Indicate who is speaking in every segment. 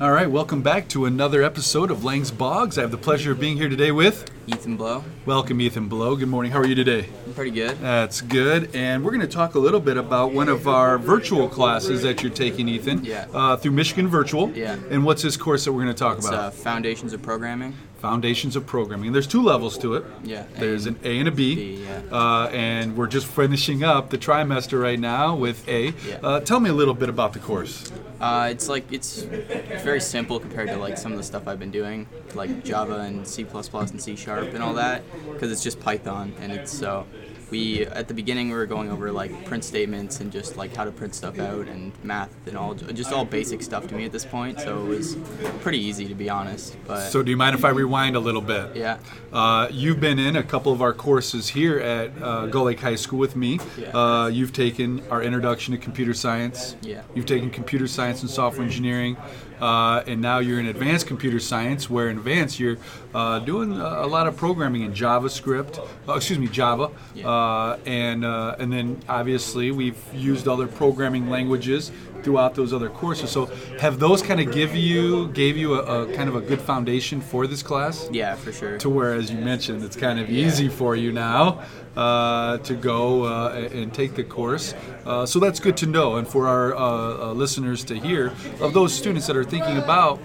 Speaker 1: All right, welcome back to another episode of Lang's Bogs. I have the pleasure of being here today with.
Speaker 2: Ethan Blow.
Speaker 1: Welcome, Ethan Blow. Good morning. How are you today?
Speaker 2: I'm pretty good.
Speaker 1: That's good. And we're going to talk a little bit about one of our virtual classes that you're taking, Ethan,
Speaker 2: Yeah.
Speaker 1: uh, through Michigan Virtual.
Speaker 2: Yeah.
Speaker 1: And what's this course that we're going to talk
Speaker 2: It's
Speaker 1: about?
Speaker 2: uh, Foundations of Programming.
Speaker 1: Foundations of Programming. There's two levels to it.
Speaker 2: Yeah, A
Speaker 1: There's an A and a B.
Speaker 2: B, yeah.
Speaker 1: uh, and we're just finishing up the trimester right now with A.
Speaker 2: Yeah.
Speaker 1: Uh, tell me a little bit about the course.
Speaker 2: Uh, it's like it's it's very simple compared to like some of the stuff I've been doing, like Java and C++ and C Sharp and all that, because it's just Python and it's so. We at the beginning we were going over like print statements and just like how to print stuff out and math and all just all basic stuff to me at this point. So it was pretty easy to be honest. But
Speaker 1: So, do you mind if I rewind a little bit?
Speaker 2: yeah,
Speaker 1: Uh, you've been in a couple of our courses here at uh, Gull Lake High School with me.
Speaker 2: Yeah.
Speaker 1: Uh, you've taken our introduction to computer science.
Speaker 2: Yeah.
Speaker 1: You've taken computer science and software engineering, uh, and now you're in advanced computer science, where in advanced you're uh, doing a, a lot of programming in JavaScript. Uh, excuse me, Java.
Speaker 2: Yeah.
Speaker 1: Uh, and uh, and then obviously we've used other programming languages throughout those other courses. So have those kind of give you gave you a, a kind of a good foundation for this class?
Speaker 2: yeah, for sure.
Speaker 1: to where, as you mentioned, it's kind of easy for you now uh, to go uh, and take the course. Uh, so that's good to know, and for our uh, uh, listeners to hear of those students that are thinking about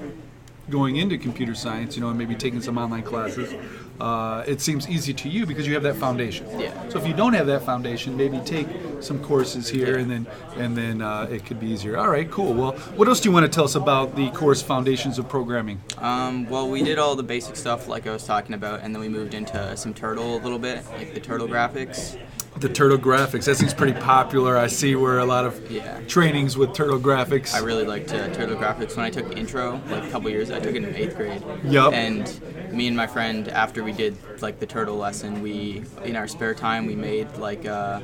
Speaker 1: going into computer science, you know, and maybe taking some online classes. Uh, it seems easy to you because you have that foundation.
Speaker 2: Yeah.
Speaker 1: So if you don't have that foundation, maybe take some courses here, and then and then uh, it could be easier. All right, cool. Well, what else do you want to tell us about the course Foundations of Programming?
Speaker 2: Um, well, we did all the basic stuff like I was talking about, and then we moved into some turtle a little bit, like the turtle graphics.
Speaker 1: The turtle graphics. That seems pretty popular. I see where a lot of
Speaker 2: Yeah.
Speaker 1: trainings with turtle graphics.
Speaker 2: I really liked uh, turtle graphics when I took intro, like a couple years. I took it in eighth grade.
Speaker 1: Yup.
Speaker 2: And me and my friend, after we did like the turtle lesson, we in our spare time we made like uh,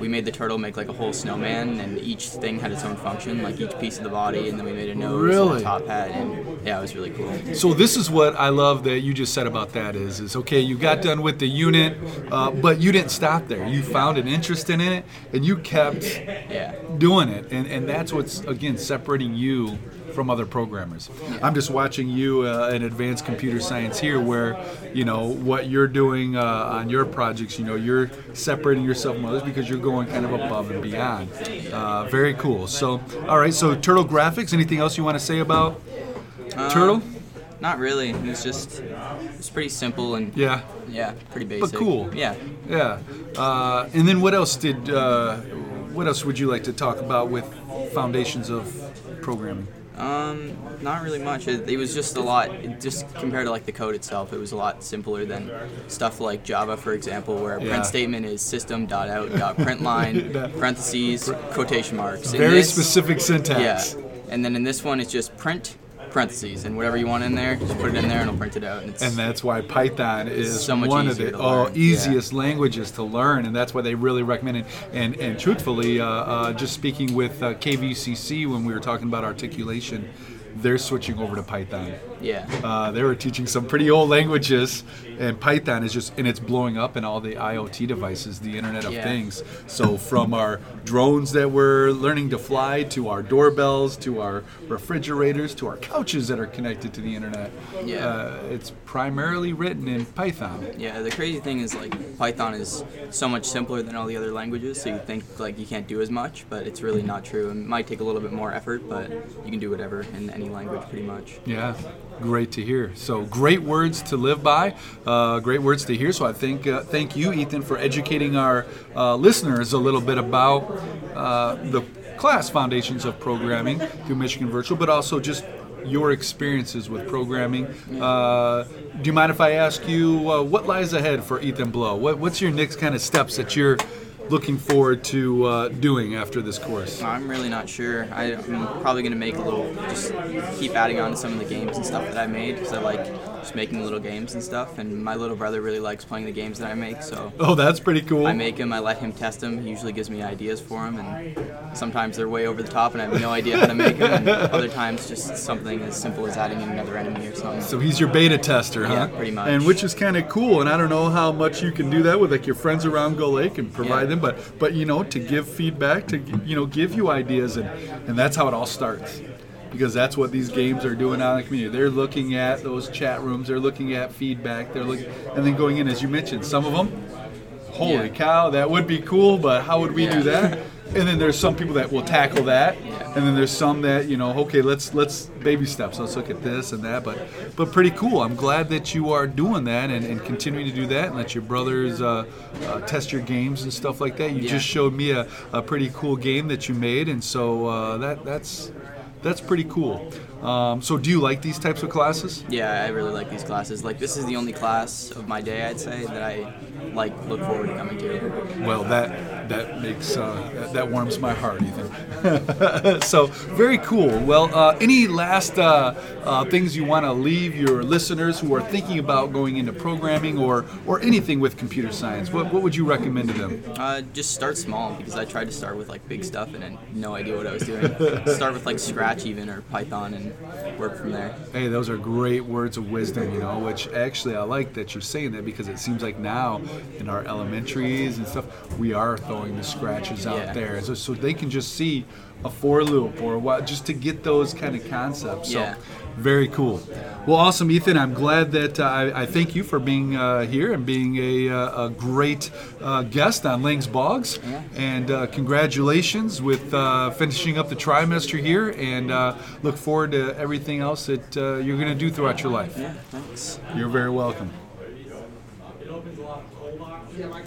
Speaker 2: we made the turtle make like a whole snowman, and each thing had its own function, like each piece of the body, and then we made a nose,
Speaker 1: Really?
Speaker 2: and a top hat, and yeah, it was really cool.
Speaker 1: so this is what I love that you just said about that is is okay. You got done with the unit, uh, but you didn't stop there. You found an interest in it, and you kept
Speaker 2: Yeah.
Speaker 1: doing it and, and that's what's again separating you from other programmers i'm just watching you uh, in advanced computer science here where you know what you're doing uh, on your projects you know you're separating yourself from others because you're going kind of above and beyond uh, very cool so all right so turtle graphics anything else you want to say about turtle
Speaker 2: Not really. It was just it was pretty simple and
Speaker 1: yeah
Speaker 2: Yeah, pretty basic.
Speaker 1: cool.
Speaker 2: Yeah.
Speaker 1: yeah uh, and then what else did uh, what else would you like to talk about with foundations of programming
Speaker 2: Um, not really much. It, it was just a lot, it just compared to like the code itself, it was a lot simpler than stuff like Java, for example, where a
Speaker 1: Yeah.
Speaker 2: print statement is system.out.println, parentheses, quotation marks. In
Speaker 1: very
Speaker 2: this-
Speaker 1: specific
Speaker 2: Yeah.
Speaker 1: syntax
Speaker 2: And then in this one, it's just print parentheses and whatever you want in there, just put it in there and it'll print it out. And it's,
Speaker 1: And that's why Python is
Speaker 2: So much
Speaker 1: one of
Speaker 2: easier
Speaker 1: the
Speaker 2: to
Speaker 1: oh,
Speaker 2: learn.
Speaker 1: easiest languages to learn, and that's why they really recommend it. And and truthfully, uh, uh, just speaking with uh, KVCC when we were talking about articulation, they're switching over to Python.
Speaker 2: yeah.
Speaker 1: Uh, they were teaching some pretty old languages, and Python is just and it's blowing up in all the IoT devices, the Internet of
Speaker 2: Yeah.
Speaker 1: Things. So from our drones that we're learning to fly, to our doorbells, to our refrigerators, to our couches that are connected to the Internet,
Speaker 2: Yeah.
Speaker 1: uh, it's primarily written in Python.
Speaker 2: Yeah, the crazy thing is like Python is so much simpler than all the other languages, so you think like you can't do as much, but it's really not true. It might take a little bit more effort, but you can do whatever in any language pretty much.
Speaker 1: Yeah, great to hear. So great words to live by, uh, great words to hear. So I think uh, thank you, Ethan, for educating our uh, listeners a little bit about uh, the class foundations of programming through Michigan Virtual, but also just your experiences with programming. Uh, do you mind if I ask you uh, what lies ahead for Ethan Blow? What, what's your next kind of steps that you're looking forward to uh, doing after this course?
Speaker 2: I'm really not sure. I, I'm probably gonna make a little, just keep adding on to some of the games and stuff that I made because I like just making little games and stuff. And my little brother really likes playing the games that I make, so
Speaker 1: Oh, that's pretty cool.
Speaker 2: I make him. I let him test them. He usually gives me ideas for them, and sometimes they're way over the top, and I have no idea how to make them. And other times, just something as simple as adding in another enemy or something.
Speaker 1: So he's your beta tester, huh?
Speaker 2: Yeah, pretty much.
Speaker 1: And which is kind of cool. And I don't know how much you can do that with like your friends around Gull Lake and provide
Speaker 2: Yeah.
Speaker 1: them, but but you know to give feedback, to you know give you ideas, and and that's how it all starts. because that's what these games are doing out in the community. They're looking at those chat rooms, they're looking at feedback, they're looking, and then going in, as you mentioned, some of them, holy
Speaker 2: Yeah.
Speaker 1: cow, that would be cool, but how would we do
Speaker 2: Yeah.
Speaker 1: that? And then there's some people that will tackle that, and then there's some that you know, okay, let's let's baby steps, let's look at this and that, but but pretty cool. I'm glad that you are doing that and, and continuing to do that, and let your brothers uh, uh, test your games and stuff like that. You
Speaker 2: Yeah.
Speaker 1: just showed me a, a pretty cool game that you made, and so uh, that that's that's pretty cool. Um, so, do you like these types of classes?
Speaker 2: Yeah, I really like these classes. Like this is the only class of my day I'd say that I like look forward to coming to.
Speaker 1: Well, that that makes uh, that, that warms my heart, Ethan. so very cool. Well, uh, any last uh, uh, things you want to leave your listeners who are thinking about going into programming or or anything with computer science? What, what would you recommend to them?
Speaker 2: Uh, just start small because I tried to start with like big stuff and had no idea what I was doing. start with like Scratch even or Python and work from there.
Speaker 1: Hey, those are great words of wisdom, you know, which actually I like that you're saying that because it seems like now in our elementaries and stuff, we are throwing the scratches out
Speaker 2: Yeah.
Speaker 1: there. So, so they can just see a for loop or what, just to get those kind of concepts.
Speaker 2: Yeah.
Speaker 1: So very cool. Well, awesome, Ethan. I'm glad that uh, I, I thank you for being uh, here and being a, uh, a great uh, guest on Lang's Bogs. And uh, congratulations with uh, finishing up the trimester here. And uh, look forward to everything else that uh, you're going to do throughout your life.
Speaker 2: Yeah, thanks.
Speaker 1: You're very welcome.